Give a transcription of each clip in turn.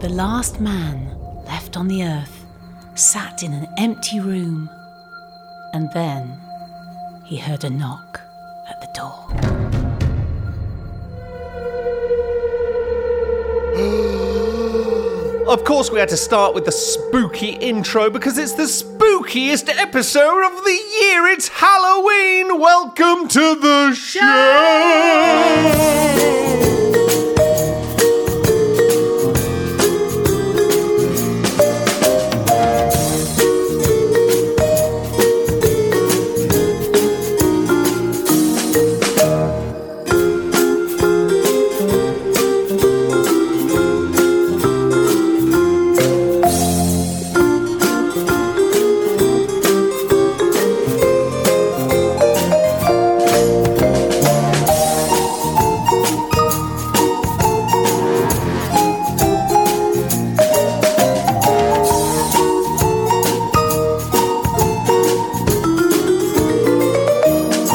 The last man left on the earth sat in an empty room, and then he heard a knock at the door. Of course, we had to start with the spooky intro because it's the spookiest episode of the year. It's Halloween. Welcome to the show.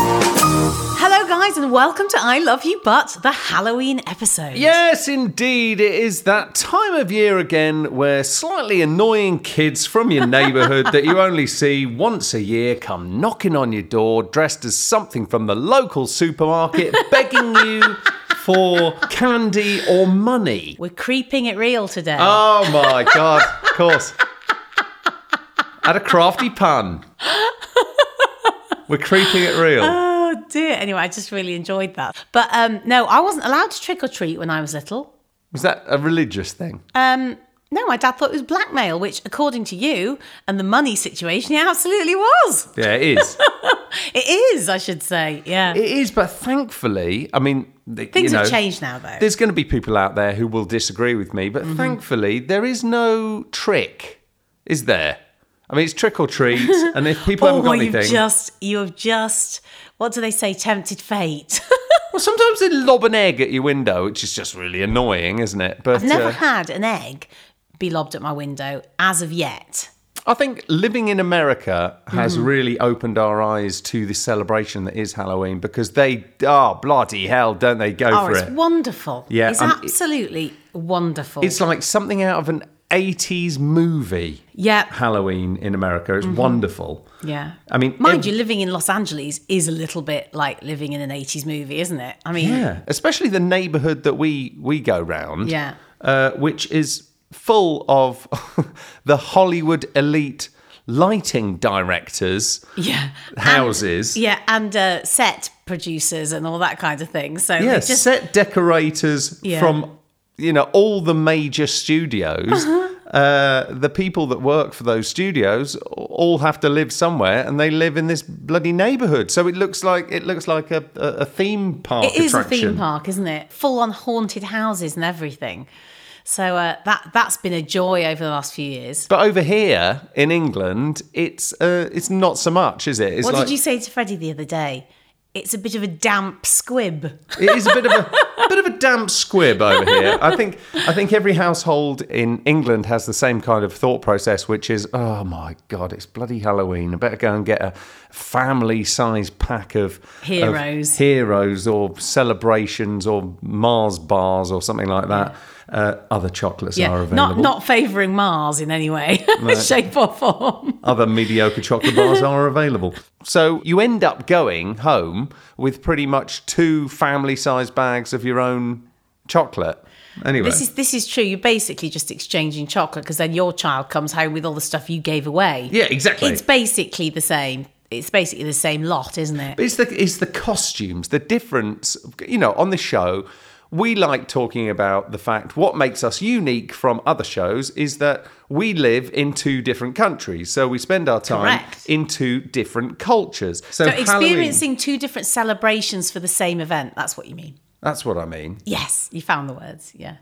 Hello, guys, and welcome to I Love You But, the Halloween episode. Yes, indeed, it is that time of year again where slightly annoying kids from your neighbourhood that you only see once a year come knocking on your door dressed as something from the local supermarket, begging you for candy or money. We're creeping it real today. Oh my god, of course. At a crafty pun. We're creeping it real. oh, dear. Anyway, I just really enjoyed that. But um, no, I wasn't allowed to trick or treat when I was little. Was that a religious thing? Um, no, my dad thought it was blackmail, which, according to you and the money situation, it absolutely was. Yeah, it is. It is, I should say. Yeah. It is, but thankfully, I mean, th- you Things know, have changed now, though. There's going to be people out there who will disagree with me, Mm-hmm. but thankfully, there is no trick, is there? I mean, it's trick or treat, and if people Oh, haven't got well, you've anything, just, you have just, what do they say, tempted fate. well, sometimes they lob an egg at your window, which is just really annoying, isn't it? But I've never uh, had an egg be lobbed at my window as of yet. I think living in America has Mm. really opened our eyes to the celebration that is Halloween because they oh bloody hell don't they go Oh, for it's it? wonderful. Yeah, It's um, it- absolutely wonderful. It's like something out of an 80s movie. yeah. Halloween in America it's wonderful. Yeah. I mean, Mm-hmm. Mind ev- you, living in Los Angeles is a little bit like living in an 80s movie, isn't it? I mean, yeah, especially the neighborhood that we we go round. Yeah. Uh, which is full of the Hollywood elite lighting directors yeah. houses. Yeah, and uh, set producers and all that kind of thing. So they Yeah, just set decorators Yeah. from you know all the major studios. Uh-huh. uh the people that work for those studios all have to live somewhere, and they live in this bloody neighborhood. So it looks like it looks like a, a, a theme park. It is a attraction. theme park, isn't it? Full on haunted houses and everything. So uh, that that's been a joy over the last few years. But over here in England, it's uh, it's not so much, is it? It's What like, did you say to Freddie the other day? It's a bit of a damp squib. It is a bit of a bit of a damp squib over here. I think I think every household in England has the same kind of thought process, which is, oh my god, it's bloody Halloween. I better go and get a family-sized pack of of Heroes. heroes, or celebrations, or Mars bars, or something like that. Uh, other chocolates are not available. not favouring Mars in any way, shape or form. other mediocre chocolate bars are available. So you end up going home with pretty much two family-sized bags of your own chocolate. Anyway, This is this is true. You're basically just exchanging chocolate because then your child comes home with all the stuff you gave away. yeah, exactly. It's basically the same. It's basically the same lot, isn't it? But it's the it's the costumes, the difference. You know, on the show, we like talking about the fact what makes us unique from other shows is that we live in two different countries, so we spend our time Correct. in two different cultures. So, So Halloween- experiencing two different celebrations for the same event. That's what you mean. that's what I mean. Yes, you found the words. Yeah.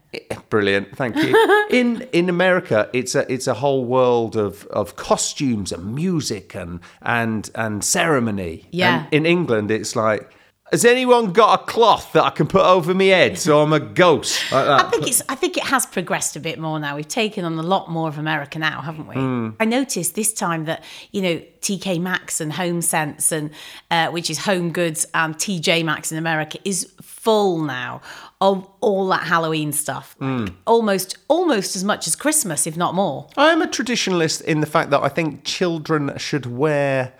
Brilliant, thank you. in in America, it's a it's a whole world of, of costumes and music and and and ceremony. Yeah. And in England, it's like Has anyone got a cloth that I can put over my head so I'm a ghost? Like that. I think it's. I think it has progressed a bit more now. We've taken on a lot more of America now, haven't we? I noticed this time that you know TK Maxx and Home Sense and uh, which is Home Goods and TJ Maxx in America is full now of all that Halloween stuff, like almost almost as much as Christmas, if not more. I'm a traditionalist in the fact that I think children should wear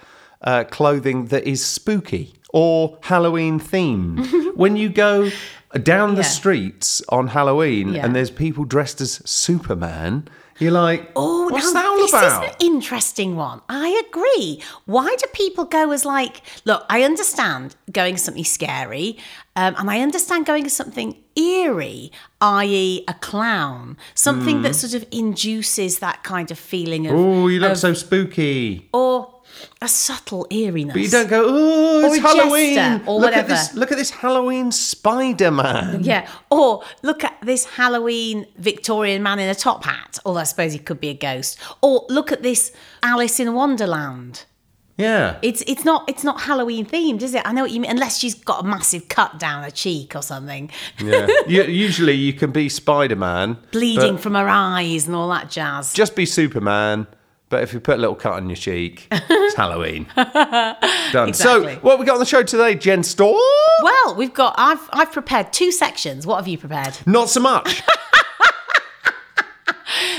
uh, clothing that is spooky or Halloween themed. when you go down the Yeah. streets on Halloween Yeah. and there's people dressed as Superman, you're like, Oh, what's now that all this is an about? interesting one. I agree. Why do people go as like? Look, I understand going as something scary, um, and I understand going as something eerie, i.e., a clown, something that Hmm. sort of induces that kind of feeling of Oh, you look so spooky. or a subtle eeriness. But you don't go, oh, it's a jester Halloween. or look at whatever. this look at this Halloween Spider Man. Yeah. Or look at this Halloween Victorian man in a top hat. Although I suppose he could be a ghost. Or look at this Alice in Wonderland. Yeah. It's it's not it's not Halloween themed, is it? I know what you mean. Unless she's got a massive cut down her cheek or something, yeah. You- usually you can be Spider Man. bleeding from her eyes and all that jazz. just be Superman. But if you put a little cut on your cheek, it's Halloween. Done. Exactly. So, what we got on the show today, Jen Storm? well, we've got I've I've prepared two sections. What have you prepared? Not so much.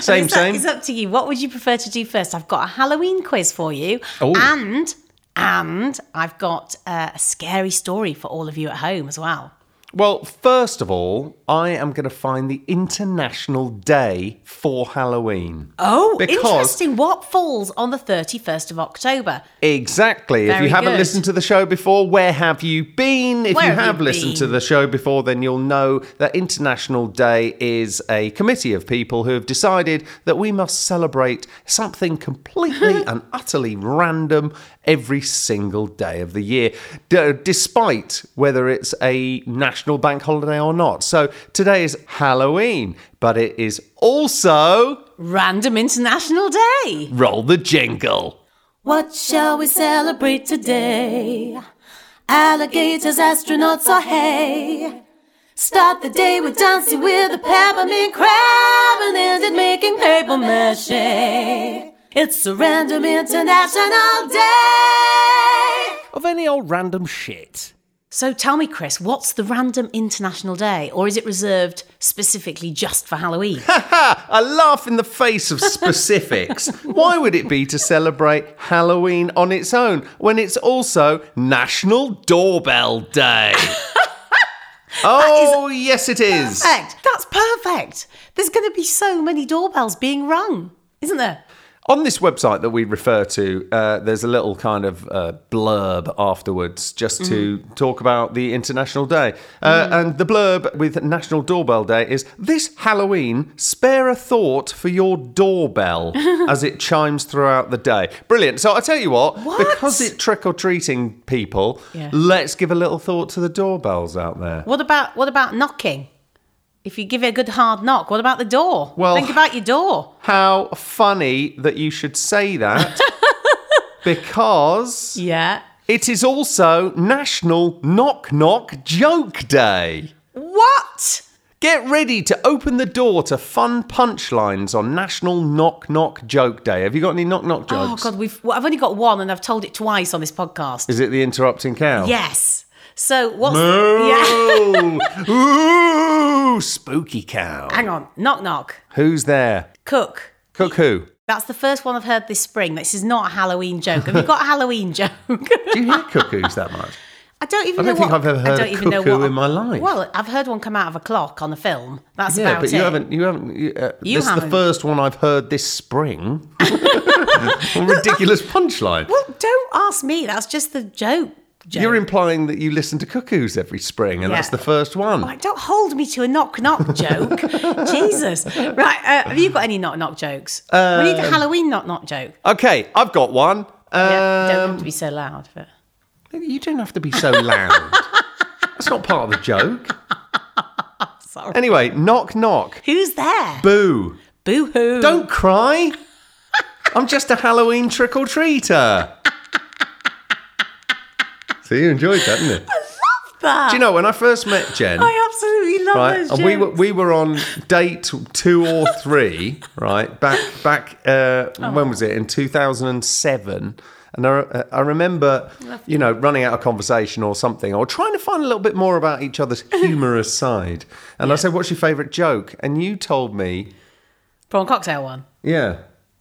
same, It's up- same. It's up to you. What would you prefer to do first? I've got a Halloween quiz for you, Oh. and and I've got uh, a scary story for all of you at home as well. Well, first of all, I am going to find the International Day for Halloween. Oh, Because- interesting. What falls on the thirty first of October? Exactly. if Very you haven't good. listened to the show before, where have you been? If Where you have you have listened to been? the show before, then you'll know that International Day is a committee of people who have decided that we must celebrate something completely and utterly random every single day of the year, d- despite whether it's a national bank holiday or not. So today is Halloween, but it is also Random International Day. Roll the Jingle. What shall we celebrate today? Alligators, astronauts, or hay? Start the day with dancing with a peppermint crab and end it making paper mache. It's a random international day. Of any old random shit. So tell me, Chris, what's the random international day, or is it reserved specifically just for Halloween? A laugh in the face of specifics. Why would it be to celebrate Halloween on its own when it's also National Doorbell Day? oh, yes, it is. perfect. That's perfect. There's going to be so many doorbells being rung, isn't there? On this website that we refer to, uh, there's a little kind of uh, blurb afterwards just to talk about the International Day. Uh, And the blurb with National Doorbell Day is This Halloween, spare a thought for your doorbell as it chimes throughout the day. Brilliant. So I tell you what, What? because it's trick or treating people, Yeah. let's give a little thought to the doorbells out there. What about what about knocking? If you give it a good hard knock, what about the door? Well- think about your door. How funny that you should say that because. Yeah. It is also National Knock Knock Joke Day. What? Get ready to open the door to fun punchlines on National Knock Knock Joke Day. Have you got any knock knock Oh jokes? God, we've well, I've only got one, and I've told it twice on this podcast. Is it the interrupting cow? Yes. So what's yeah? Ooh, ooh, spooky cow. Hang on, knock knock. Who's there? Cook. Cook who? That's the first one I've heard this spring. This is not a Halloween joke. Have you got a Halloween joke? Do you hear cuckoos that much? I don't even I don't know think what I've ever I heard don't a even know cuckoo what- in my life. Well, I've heard one come out of a clock on a film. That's Yeah, about but it. you haven't. You haven't. You, uh, You this is the haven't. first one I've heard this spring. Ridiculous punchline. Well, don't ask me. That's just the joke. joke. You're implying that you listen to cuckoos every spring, and Yeah. that's the first one. Like, don't hold me to a knock knock joke. Jesus. Right. Uh, have you got any knock knock jokes? we need Um, a Halloween knock knock joke. Okay, I've got one. yeah, don't have Um, to be so loud. But... you don't have to be so loud. that's not part of the joke. Sorry. Anyway, knock knock. Who's there? Boo. Boo hoo. Don't cry. I'm just a Halloween trick or treater. so you enjoyed that, didn't it? that. Do you know when I first met Jen? I absolutely love right? those And we jokes. were we were on date two or three, right? Back back uh, when was it? In two thousand and seven. And I, uh, I remember, you know, running out of conversation or something, or trying to find a little bit more about each other's humorous side. And I said, "What's your favourite joke?" And you told me, Prawn cocktail one. "Yeah,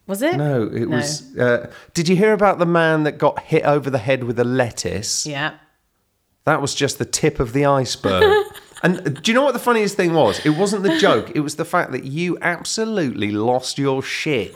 Was it? no, it was." Uh, did you hear about the man that got hit over the head with a lettuce? Yeah. That was just the tip of the iceberg. and uh, do you know what the funniest thing was? It wasn't the joke, it was the fact that you absolutely lost your shit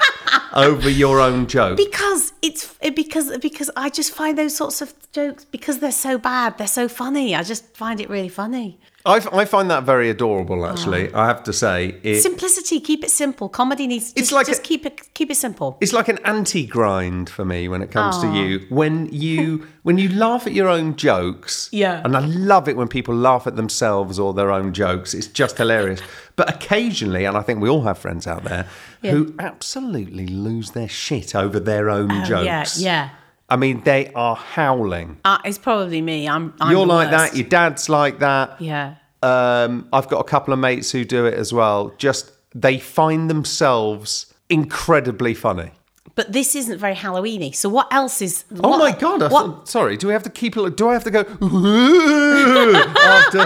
over your own joke. Because it's it- because because I just find those sorts of jokes because they're so bad, they're so funny. I just find it really funny. I, f- I find that very adorable, actually, I have to say. It, Simplicity, keep it simple. Comedy needs to It's just, like just a- keep it keep it simple. it's like an anti grind for me when it comes to you. When you when you laugh at your own jokes, Yeah. and I love it when people laugh at themselves or their own jokes. It's just hilarious. But occasionally, and I think we all have friends out there who absolutely lose their shit over their own Oh, Yeah, jokes. yeah. I mean, they are howling. Uh, it's probably me. I'm. I'm You're the like that. worst. Your dad's like that. Yeah. Um, I've got a couple of mates who do it as well. Just they find themselves incredibly funny. But this isn't very Halloweeny. So what else is? Oh what- my god! I what- thought, sorry, do we have to keep? Do I have to go after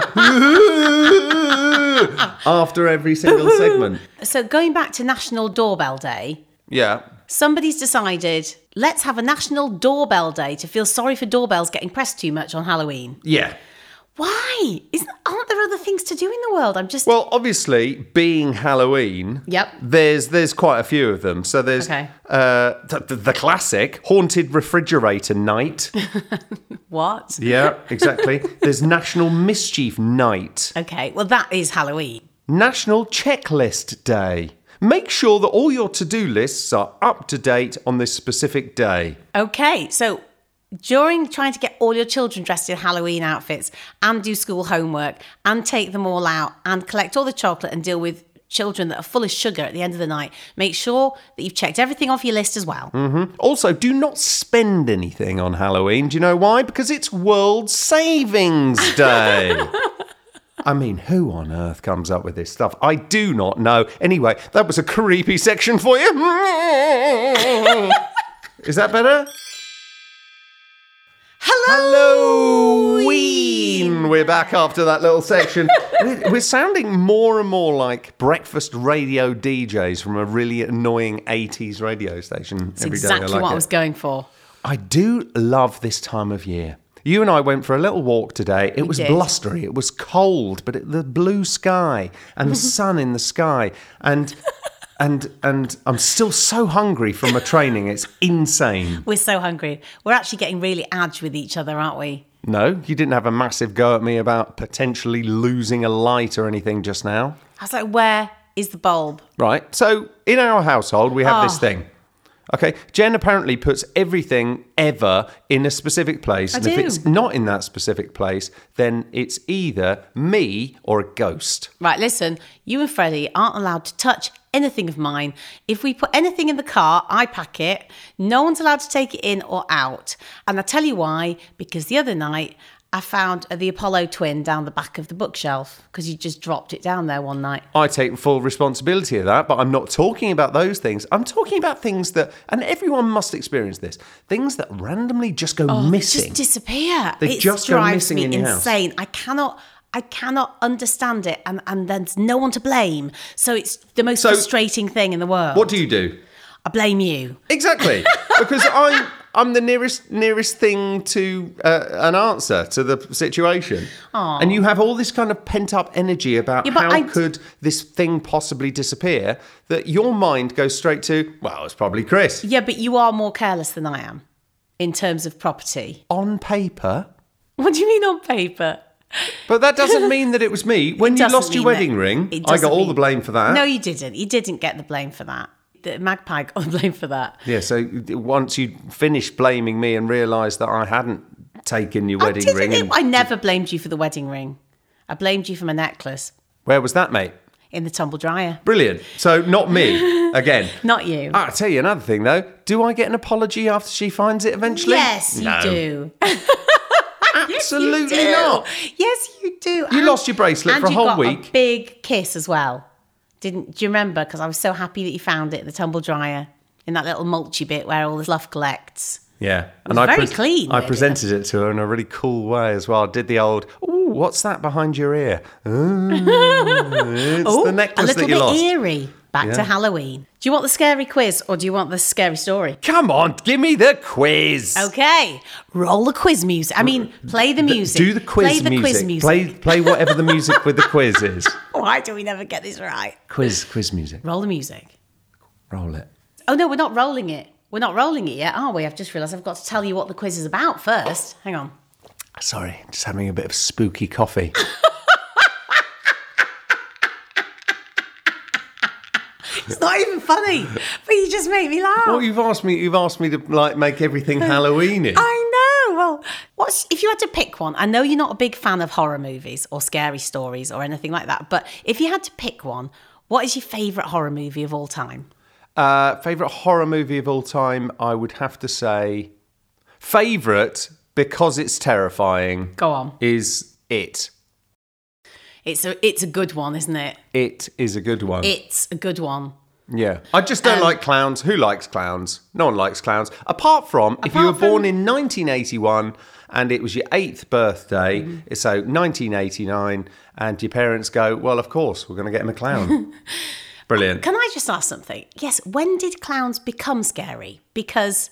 after every single segment? so going back to National Doorbell Day, Yeah. somebody's decided let's have a National Doorbell Day to feel sorry for doorbells getting pressed too much on Halloween. Yeah. Why? Isn't, aren't there other things to do in the world? I'm just. Well, obviously, being Halloween, Yep. There's there's quite a few of them. So there's Okay. uh, th- th- the classic haunted refrigerator night. what? Yeah, exactly. there's National Mischief Night. Okay. Well, that is Halloween. National Checklist Day. Make sure that all your to do lists are up to date on this specific day. Okay, so during trying to get all your children dressed in Halloween outfits and do school homework and take them all out and collect all the chocolate and deal with children that are full of sugar at the end of the night, make sure that you've checked everything off your list as well. Hmm. Also, do not spend anything on Halloween. Do you know why? Because it's World Savings Day. I mean, who on earth comes up with this stuff? I do not know. Anyway, that was a creepy section for you. Is that better? Halloween! We're back after that little section. we're, we're sounding more and more like breakfast radio DJs from a really annoying 80s radio station That's every day. exactly I like what it. I was going for. I do love this time of year. You and I went for a little walk today. It was did. blustery, it was cold, but it, the blue sky and the sun in the sky and and and I'm still so hungry from my training. It's insane. We're so hungry. We're actually getting really adge with each other, aren't we? No, you didn't have a massive go at me about potentially losing a light or anything just now. I was like, where is the bulb? Right. So in our household, we have this Ah. thing. Okay. Jen apparently puts everything ever in a specific place. and if do. it's not in that specific place, then it's either me or a ghost. Right, listen, you and Freddie aren't allowed to touch anything of mine. If we put anything in the car, I pack it. No one's allowed to take it in or out. And I tell you why, because the other night I found the Apollo twin down the back of the bookshelf because you just dropped it down there one night. I take full responsibility of that, but I'm not talking about those things. I'm talking about things that, and everyone must experience this, things that randomly just go missing. Oh, Just disappear. They it just go drives missing me in your house. insane. I cannot I cannot understand it and, and there's no one to blame. So it's the most So- frustrating thing in the world. what do you do? I blame you. Exactly, because I'm I'm the nearest nearest thing to uh, an answer to the situation, and you have all this kind of pent up energy about Yeah, but how I- could this thing possibly disappear that your mind goes straight to well, it's probably Chris Yeah, but you are more careless than I am in terms of property. on paper, What do you mean on paper? but that doesn't mean that it was me. When you doesn't lost your mean wedding that. ring, It I doesn't got all mean- the blame for that. No, you didn't. You didn't get the blame for that. The magpie got the blame for that. Yeah, so once you finished blaming me and realised that I hadn't taken your wedding I, didn't- ring, and- I never blamed you for the wedding ring. I blamed you for my necklace where was that, mate? in the tumble dryer. Brilliant. So not me again. Not you. Ah, I'll tell you another thing though. Do I get an apology after she finds it eventually? yes, you No. do. Absolutely you do. not. Yes, you do. You lost your bracelet and for a you whole got week. A big kiss as well. Didn't do you remember? Because I was so happy that you found it, the tumble dryer, in that little mulchy bit where all the fluff collects. Yeah, was very clean, I really. presented it to her in a really cool way as well. I did the old, "Ooh, what's that behind your ear?" Oh, the necklace a little that you bit lost. eerie. Back Yeah. to Halloween. Do you want the scary quiz or do you want the scary story? Come on, give me the quiz. Oh, Okay, roll the quiz music. I mean, play the music. Do the quiz Play the music. quiz music. Play play whatever the music with the quiz is. Why do we never get this right? Quiz quiz music. Roll the music. Roll it. Oh no, we're not rolling it. We're not rolling it yet, are we? I've just realised I've got to tell you what the quiz is about first. Hang on. Sorry, just having a bit of spooky coffee. It's not even funny, but you just make me laugh. well, you've asked me. You've asked me to like make everything Halloweeny. I know. Well, what's if you had to pick one? I know you're not a big fan of horror movies or scary stories or anything like that, but if you had to pick one, what is your favourite horror movie of all time? Uh, favorite horror movie of all time? I would have to say favorite because it's terrifying. Go on. Is it? It's a it's a good one, isn't it? It is a good one. It's a good one. yeah. I just don't Um, like clowns. Who likes clowns? No one likes clowns. Apart from if you were Apart born in 1981 and it was your eighth birthday, so 1989, and your parents go, well, of course, we're going to get him a clown. Brilliant. Can I just ask something? Yes, when did clowns become scary? Because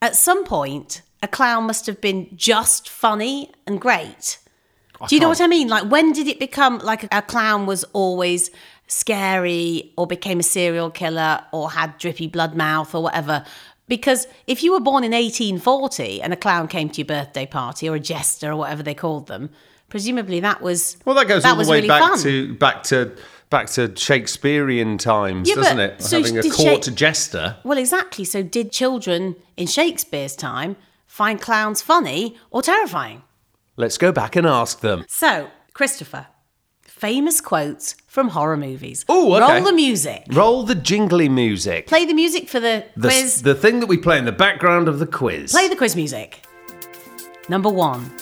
at some point, a clown must have been just funny and great. Do you know what I mean? Like, when did it become like a clown was always scary or became a serial killer or had drippy blood mouth or whatever? Because if you were born in 1840 and a clown came to your birthday party or a jester or whatever they called them, presumably that was Well, that goes all was the way really back fun. to back to back to Shakespearean times, Yeah, but- doesn't it? so Having a did court Shak- jester. Well, exactly. So, did children in Shakespeare's time find clowns funny or terrifying? Let's go back and ask them. So, Christopher, famous quotes from horror movies. Ooh, okay. Roll the music. Roll the jingly music. Play the music for the, the, quiz. the thing that we play in the background of the quiz. Play the quiz music. Number one.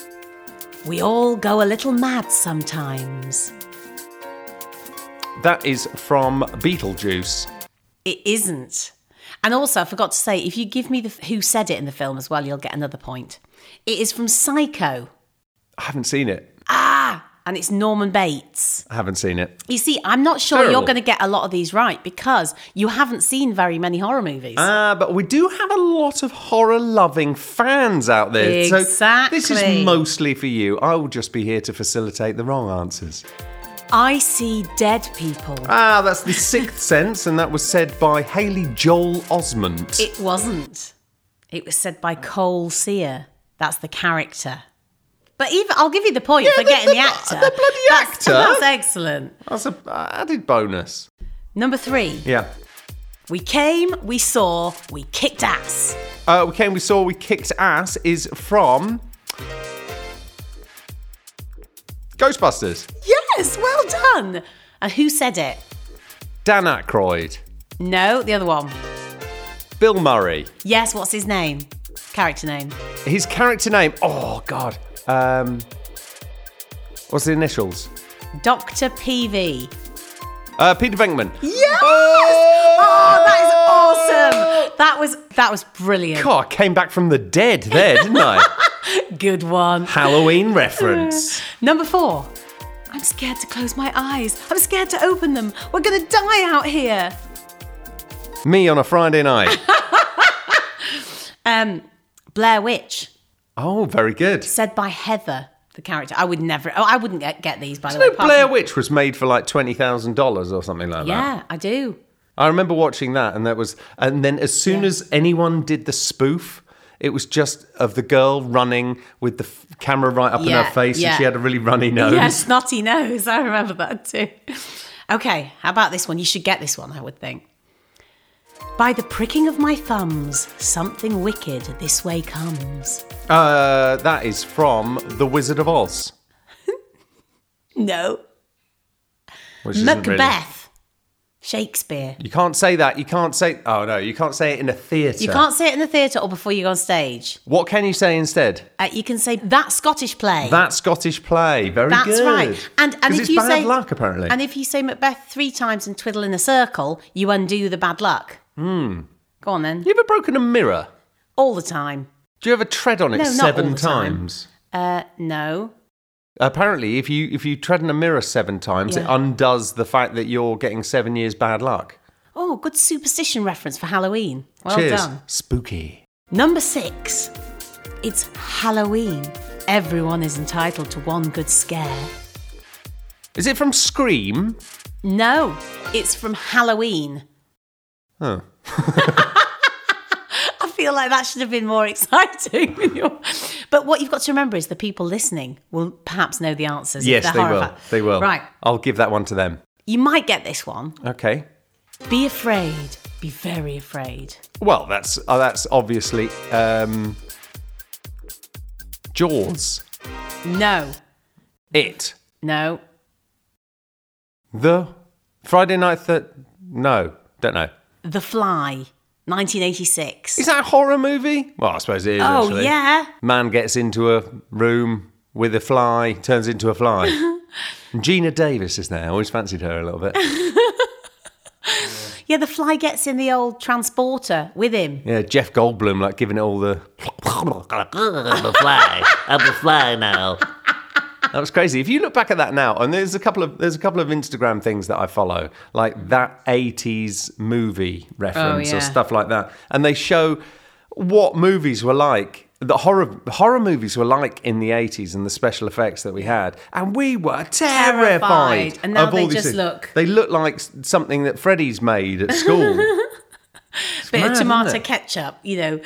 We all go a little mad sometimes. that is from Beetlejuice. It isn't. And also, I forgot to say, if you give me the who said it in the film as well, you'll get another point. It is from Psycho, I haven't seen it. and it's Norman Bates. I haven't seen it. You see, I'm not sure Terrible. you're going to get a lot of these right because you haven't seen very many horror movies. Uh, but we do have a lot of horror loving fans out there. So this is Exactly. mostly for you. I will just be here to facilitate the wrong answers. I see dead people. Ah, that's the sixth sense, and that was said by Haley Joel Osment. It wasn't. It was said by Cole Sear. That's the character. But even I'll give you the point for they're- getting the they're- actor. they're bloody That's- actor. That's excellent. That's a uh, added bonus. Number three. Yeah. We came, we saw, we kicked ass. Uh, we came, we saw, we kicked ass is from Ghostbusters. Yes, well done. And who said it? Dan Aykroyd, No, the other one. Bill Murray. Yes, what's his name? Character name. His character name. Oh God. Um, what's the initials? Dr. PV. Uh, Peter Venkman. Yes! Oh! Oh, that is awesome. That was that was brilliant. God, I came back from the dead there, didn't I? Good one. Halloween reference. Number four. I'm scared to close my eyes. I'm scared to open them. We're gonna die out here. Me on a Friday night. Um, Blair Witch, Oh, very good. said by Heather, the character. I would never. Oh, I wouldn't get, get these by the way. No, apart Blair from- Witch was made for like twenty thousand dollars or something like that. Yeah, I do. I remember watching that, and that was, and then as soon Yeah. as anyone did the spoof, it was just of the girl running with the f- camera right up in Yeah, her face, and yeah. she had a really runny nose. Yeah, snotty nose. I remember that too. Okay, how about this one? You should get this one, I would think. By the pricking of my thumbs, something wicked this way comes. Uh, that is from The Wizard of Oz, No. which isn't really- Macbeth. Shakespeare. You can't say that. You can't say. Oh no, you can't say it in a theatre. You can't say it in the theatre or before you go on stage. What can you say instead? Uh, you can say that Scottish play. That Scottish play. Very That's good. right. And and 'Cause if it's you bad say luck, apparently. and if you say Macbeth three times and twiddle in a circle, you undo the bad luck. Hmm. Go on then. you ever broken a mirror? All the time. Do you ever tread on it No, not seven all the time. times? Uh, no. Apparently, if you if you tread on a mirror seven times, it Yeah. undoes the fact that you're getting seven years bad luck. Oh, good superstition reference for Halloween. Well Cheers. done. Spooky. Number six. It's Halloween. Everyone is entitled to one good scare. Is it from Scream? No, it's from Halloween. Oh. I feel like that should have been more exciting. than your- but what you've got to remember is the people listening will perhaps know the answers. if Yes, they're they will. horrified. They will. Right. I'll give that one to them. You might get this one. Okay. Be afraid. Be very afraid. Well, that's uh, that's obviously um, Jaws. No, It no, the Friday night that no don't know. The Fly, 1986. Is that a horror movie? Well, I suppose it is. Oh, actually. yeah. Man gets into a room with a fly, turns into a fly. Gina Davis is there. I always fancied her a little bit. Yeah, The Fly gets in the old transporter with him. Yeah, Jeff Goldblum like giving it all the. I'm a fly. I'm a fly now. That was crazy. If you look back at that now, and there's a couple of there's a couple of Instagram things that I follow, like that '80s movie reference Oh, yeah. or stuff like that, and they show what movies were like. The horror horror movies were like in the '80s, and the special effects that we had, and we were terrified. Terrified. And now of they all these just things. look- They look like s- something that Freddie's made at school. It's Bit mad, of isn't tomato it? ketchup, you know.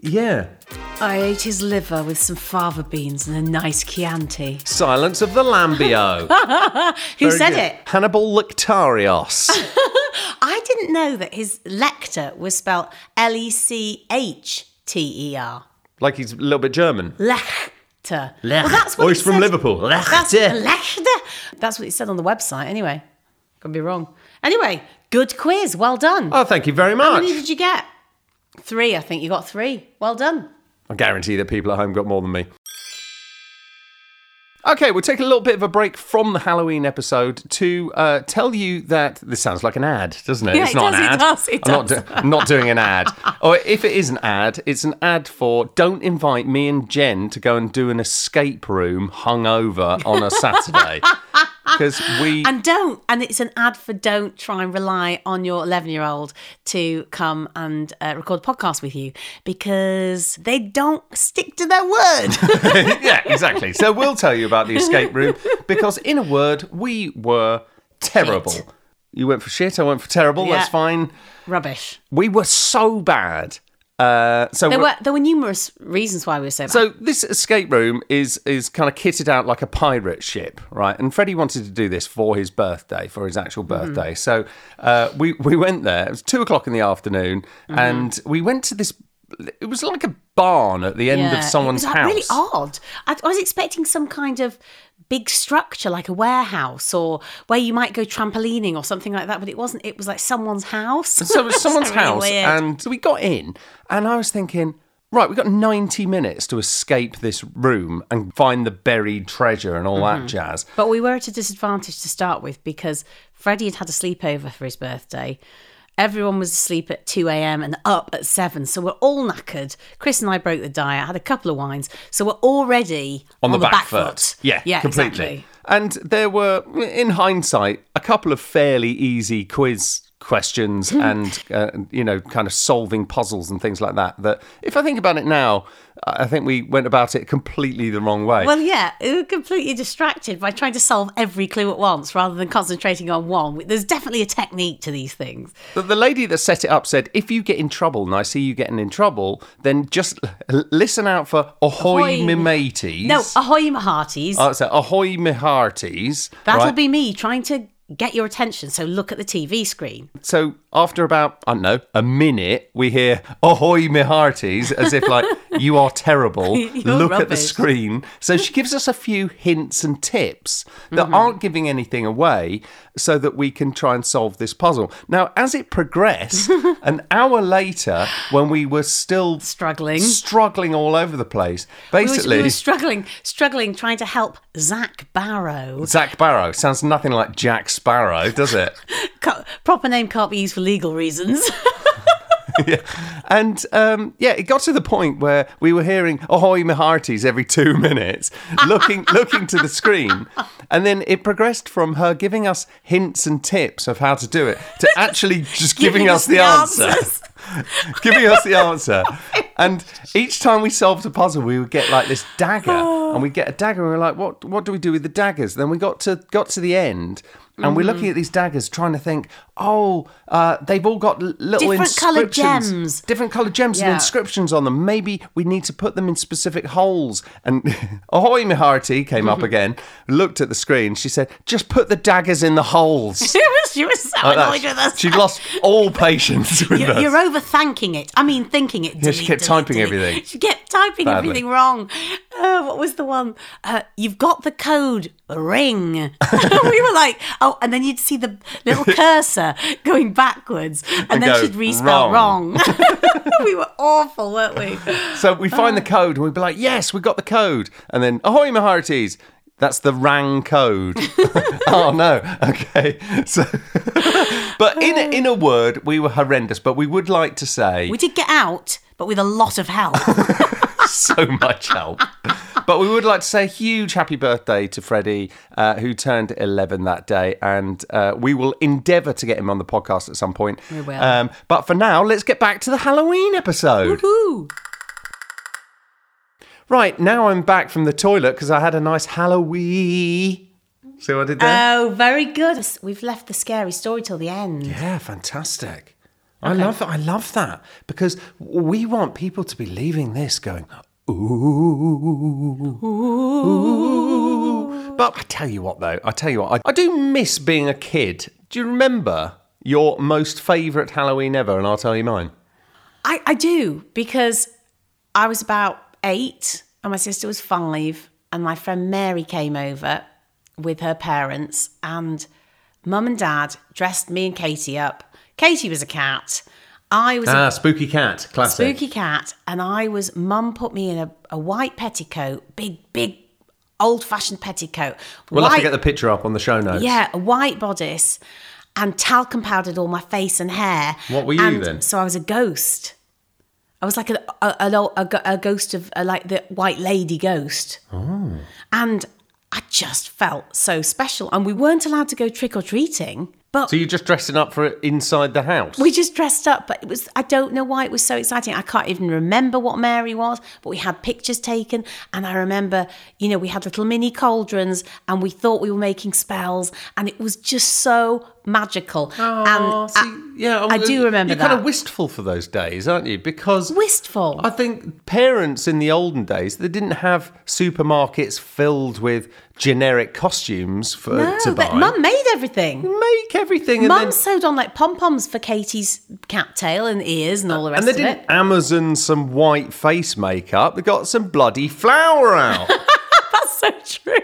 Yeah. I ate his liver with some fava beans and a nice Chianti. Silence of the Lambio. Who said it? Hannibal Lectarios. I didn't know that his lector was spelled L E C H T E R. like he's a little bit German. Lechter. Lech. Well, that's what Oh, it he's from said. Liverpool. That's Leicester. Lechter. That's what it said on the website. Anyway, could be wrong. Anyway, good quiz. Well done. Oh, thank you very How much. many did you get? Three. I think you got three. Well done. I guarantee that people at home got more than me. Okay, we'll take a little bit of a break from the Halloween episode to uh, tell you that this sounds like an ad, doesn't it? Yeah, it's it not does, an it ad. does, it I'm not does. do- I'm not doing an ad. or if it is an ad, it's an ad for don't invite me and Jen to go and do an escape room hungover on a Saturday because we And don't. And it's an ad for don't try and rely on your 11 year old to come and uh, record a podcast with you because they don't stick to their word. yeah, exactly. So we'll tell you about the escape room because, in a word, we were terrible. Shit. You went for shit. I went for terrible. Yeah. That's fine. Rubbish. We were so bad. Uh, so There we're- were there were numerous reasons why we were so bad. so this escape room is is kind of kitted out like a pirate ship, right? And Freddie wanted to do this for his birthday, for his actual Mm-hmm. birthday. So uh, we we went there. It was two o'clock in the afternoon, Mm-hmm. and we went to this. It was like a barn at the end Yeah, of someone's it was, like, house. Really odd. I, I was expecting some kind of big structure like a warehouse or where you might go trampolining or something like that, but it wasn't. It was like someone's house. so it was someone's really house, weird. and we got in, and I was thinking, right, we've got 90 minutes to escape this room and find the buried treasure and all Mm-hmm. that jazz. But we were at a disadvantage to start with because Freddie had had a sleepover for his birthday. Everyone was asleep at 2 a.m. and up at 7, so we're all knackered. Chris and I broke the diet, had a couple of wines, so we're already On, the, back, foot. foot. Yeah, yeah, completely. Exactly. And there were, in hindsight, a couple of fairly easy quiz questions Hmm. and, uh, you know, kind of solving puzzles and things like that. That, if I think about it now, I I think we went about it completely the wrong way. Well, yeah, we were completely distracted by trying to solve every clue at once rather than concentrating on one. There's definitely a technique to these things. The, the lady that set it up said, if you get in trouble and I see you getting in trouble, then just l- listen out for ahoy Ahoy. uh, me mateys. No, ahoy, my hearties. Oh, it's a ahoy me hearties. That'll Uh, right? be me trying to get your attention. So look at the TV screen. So after about, I don't know, a minute, we hear, ahoy, me hearties, as if like, you are terrible. You're Look at the rubbish. screen. So she gives us a few hints and tips that Mm-hmm. aren't giving anything away so that we can try and solve this puzzle. Now, as it progressed, an hour later, when we were still Struggling. Mm. struggling all over the place, We were, basically. we were struggling, struggling, trying to help Zach Barrow. Zach Barrow sounds nothing like Jack Sparrow, does it? Ca- proper name can't be used for legal reasons. And um, yeah, it got to the point where we were hearing "Ahoy, me hearties" every two minutes, looking looking to the screen, and then it progressed from her giving us hints and tips of how to do it to actually just giving, us the, answer, answers. giving us the answer. And each time we solved a puzzle, we would get like this dagger, Oh. and we get a dagger, and we're like, "What? What do we do with the daggers?" Then we got to got to the end. And we're looking at these daggers, trying to think. Oh, uh, they've all got l- little Different coloured inscriptions. gems. different coloured gems and Yeah. inscriptions on them. Maybe we need to put them in specific holes. And Ahoy Miharty came Mm-hmm. up again, looked at the screen. She said, "Just put the daggers in the holes." she, was, she was so annoyed with us. She'd lost all patience with You're, us. you're overthinking it. I mean, thinking it. Yeah, delete, she kept delete, typing delete. everything. She kept typing Badly. everything wrong. Uh, what was the one? Uh, you've got the code ring. we were like, oh, and then you'd see the little cursor going backwards, and, then go, she'd respell "Wrong." wrong. we were awful, weren't we? So we find Ah. the code and we'd be like, "Yes, we got the code." And then Ahoy Miharties. That's the rang code. oh no. Okay. So, but in a, in a word, we were horrendous. But we would like to say Ah. We did get out, but with a lot of help. so much help. But we would like to say a huge happy birthday to Freddie, uh, who turned 11 that day. And uh, we will endeavour to get him on the podcast at some point. We will. Um, but for now, let's get back to the Halloween episode. Woohoo! right, now I'm back from the toilet because I had a nice Halloween. See what I did there? Oh, very good. We've left the scary story till the end. yeah, fantastic. I love I love that because we want people to be leaving this going, ooh. But I tell you what, though, I tell you what, I, I do miss being a kid. Do you remember your most favourite Halloween ever? And I'll tell you mine. I, I do because I was about eight and my sister was five, and my friend Mary came over with her parents, and mum and dad dressed me and Katie up. Katie was a cat. I was a Ah, Spooky Cat, classic. Spooky cat, and I was. Mum put me in a, a white petticoat, big, big, old fashioned petticoat. We'll have white, to get the picture up on the show notes. yeah, a white bodice, and talcum powdered all my face and hair. What were you And then? So I was a ghost. I was like a a, an old- a, go- a ghost of uh like the white lady ghost. Oh. And I just felt so special. And we weren't allowed to go trick or treating, but So you're just dressing up for it inside the house? we just dressed up, but it was, I don't know why it was so exciting. I can't even remember what Mary was, but we had pictures taken. And I remember, you know, we had little mini cauldrons and we thought we were making spells. And it was just so magical. Oh, and see, uh, yeah, I do remember You're kind of that. wistful for those days, aren't you? Because wistful. I think parents in the olden days they didn't have supermarkets filled with generic costumes for to no, buy. Oh, but mum made everything. Make everything, and Mum then sewed on like pom poms for Katie's cat tail and ears and all the rest and they of didn't it. Amazon some white face makeup. They got some bloody flour out. That's so true.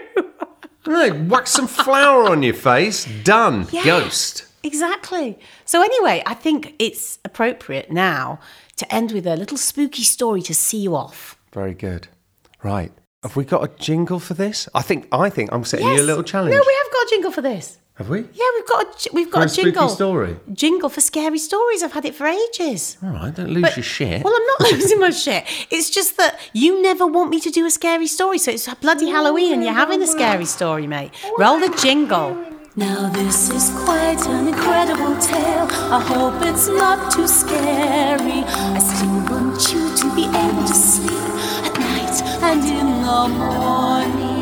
they whack some flour on your face. Done. Yeah. Ghost. Exactly. So, anyway, I think it's appropriate now to end with a little spooky story to see you off. Very good. Right. Have we got a jingle for this? I think I think I'm setting you a little challenge. No, we have got a jingle for this. Have we? Yeah, we've got a, j- we've got For a, a spooky jingle. story? Jingle for scary stories. I've had it for ages. All right. Don't lose your shit. Well, I'm not losing my shit. It's just that you never want me to do a scary story, so it's bloody Halloween and you're having a scary story, mate. Roll the jingle. Now this is quite an incredible tale. I hope it's not too scary. I still want you to be able to sleep at night and in the morning.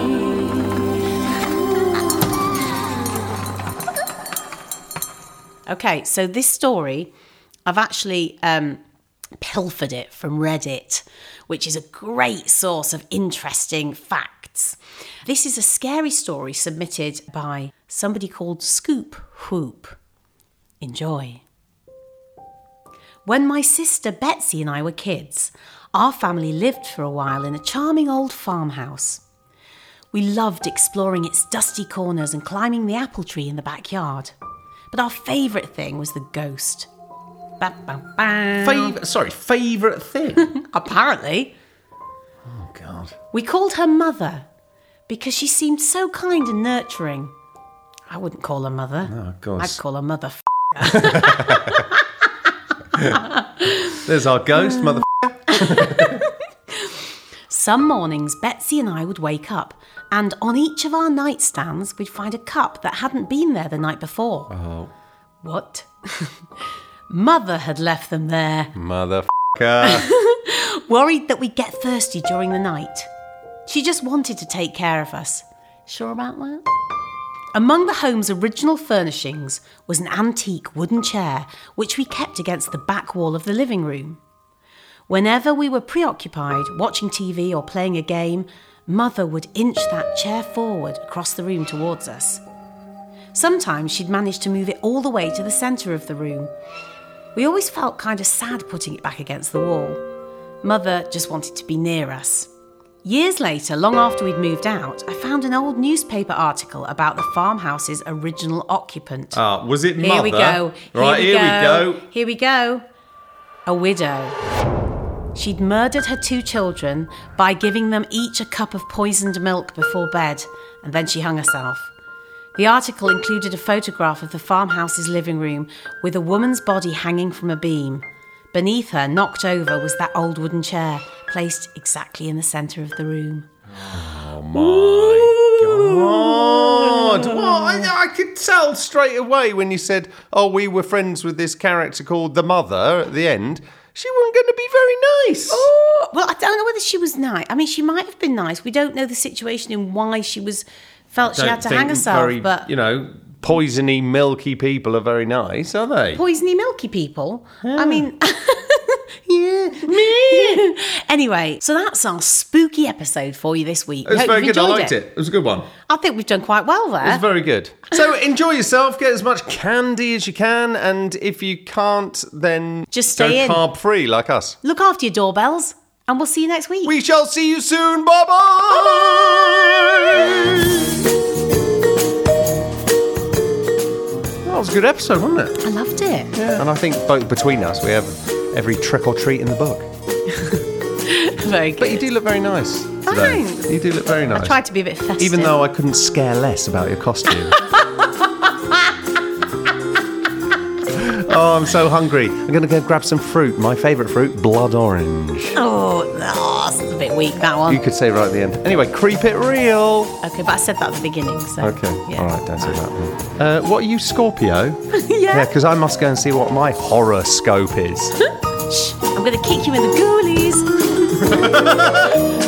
Okay, so this story, I've actually um, pilfered it from Reddit, which is a great source of interesting fact cats. This is a scary story submitted by somebody called Scoop Whoop. Enjoy. When my sister Betsy and I were kids, our family lived for a while in a charming old farmhouse. We loved exploring its dusty corners and climbing the apple tree in the backyard. But our favourite thing was the ghost. Ba, ba, ba. Fav- sorry, favourite thing. Apparently. oh, God. We called her mother because she seemed so kind and nurturing. I wouldn't call her mother. Oh, God. I'd call her mother. F- There's our ghost, Ah. mother. Some mornings, Betsy and I would wake up, and on each of our nightstands, we'd find a cup that hadn't been there the night before. Oh, What? Mother had left them there, motherfucker. worried that we'd get thirsty during the night. She just wanted to take care of us. Sure about that? Among the home's original furnishings was an antique wooden chair, which we kept against the back wall of the living room. Whenever we were preoccupied, watching TV or playing a game, Mother would inch that chair forward across the room towards us. Sometimes she'd manage to move it all the way to the centre of the room. We always felt kind of sad putting it back against the wall. Mother just wanted to be near us. Years later, long after we'd moved out, I found an old newspaper article about the farmhouse's original occupant. Ah, was it mother? Here we go. Right, here we go. Here we go. A widow. She'd murdered her two children by giving them each a cup of poisoned milk before bed, and then she hung herself. The article included a photograph of the farmhouse's living room with a woman's body hanging from a beam. Beneath her, knocked over, was that old wooden chair, placed exactly in the centre of the room. My God. Well, I, I could tell straight away when you said, oh, we were friends with this character called the mother at the end. She wasn't going to be very nice. Well, I don't know whether she was nice. I mean, she might have been nice. We don't know the situation and why she was felt she Don't had to think hang herself. very, but you know, poisony, milky people are very nice, are they? poisony, milky people. I mean, yeah, me. anyway, so that's our spooky episode for you this week. it was Hope very you've good. I enjoyed liked it. It was a good one. I think we've done quite well there. It's very good. So enjoy yourself, get as much candy as you can, and if you can't, then Just stay in. go carb free like us. Look after your doorbells, and we'll see you next week. We shall see you soon. Bye bye. That was a good episode, wasn't it? I loved it. Yeah. And I think both between us, we have every trick or treat in the book. Very But good. you do look very nice. today. Thanks. You do look very nice. Tried to be a bit festive. Even though I couldn't scare less about your costume. oh, I'm so hungry. I'm going to go grab some fruit. My favourite fruit, blood orange. Oh, that's a bit weak, that one. You could say right at the end. Anyway, creep it real. Okay, but I said that at the beginning, so. Okay. Yeah. All right, don't say that. then. Uh, what are you, Scorpio? yeah, yeah. because I must go and see what my horoscope is. Shh, I'm going to kick you in the ghoulies.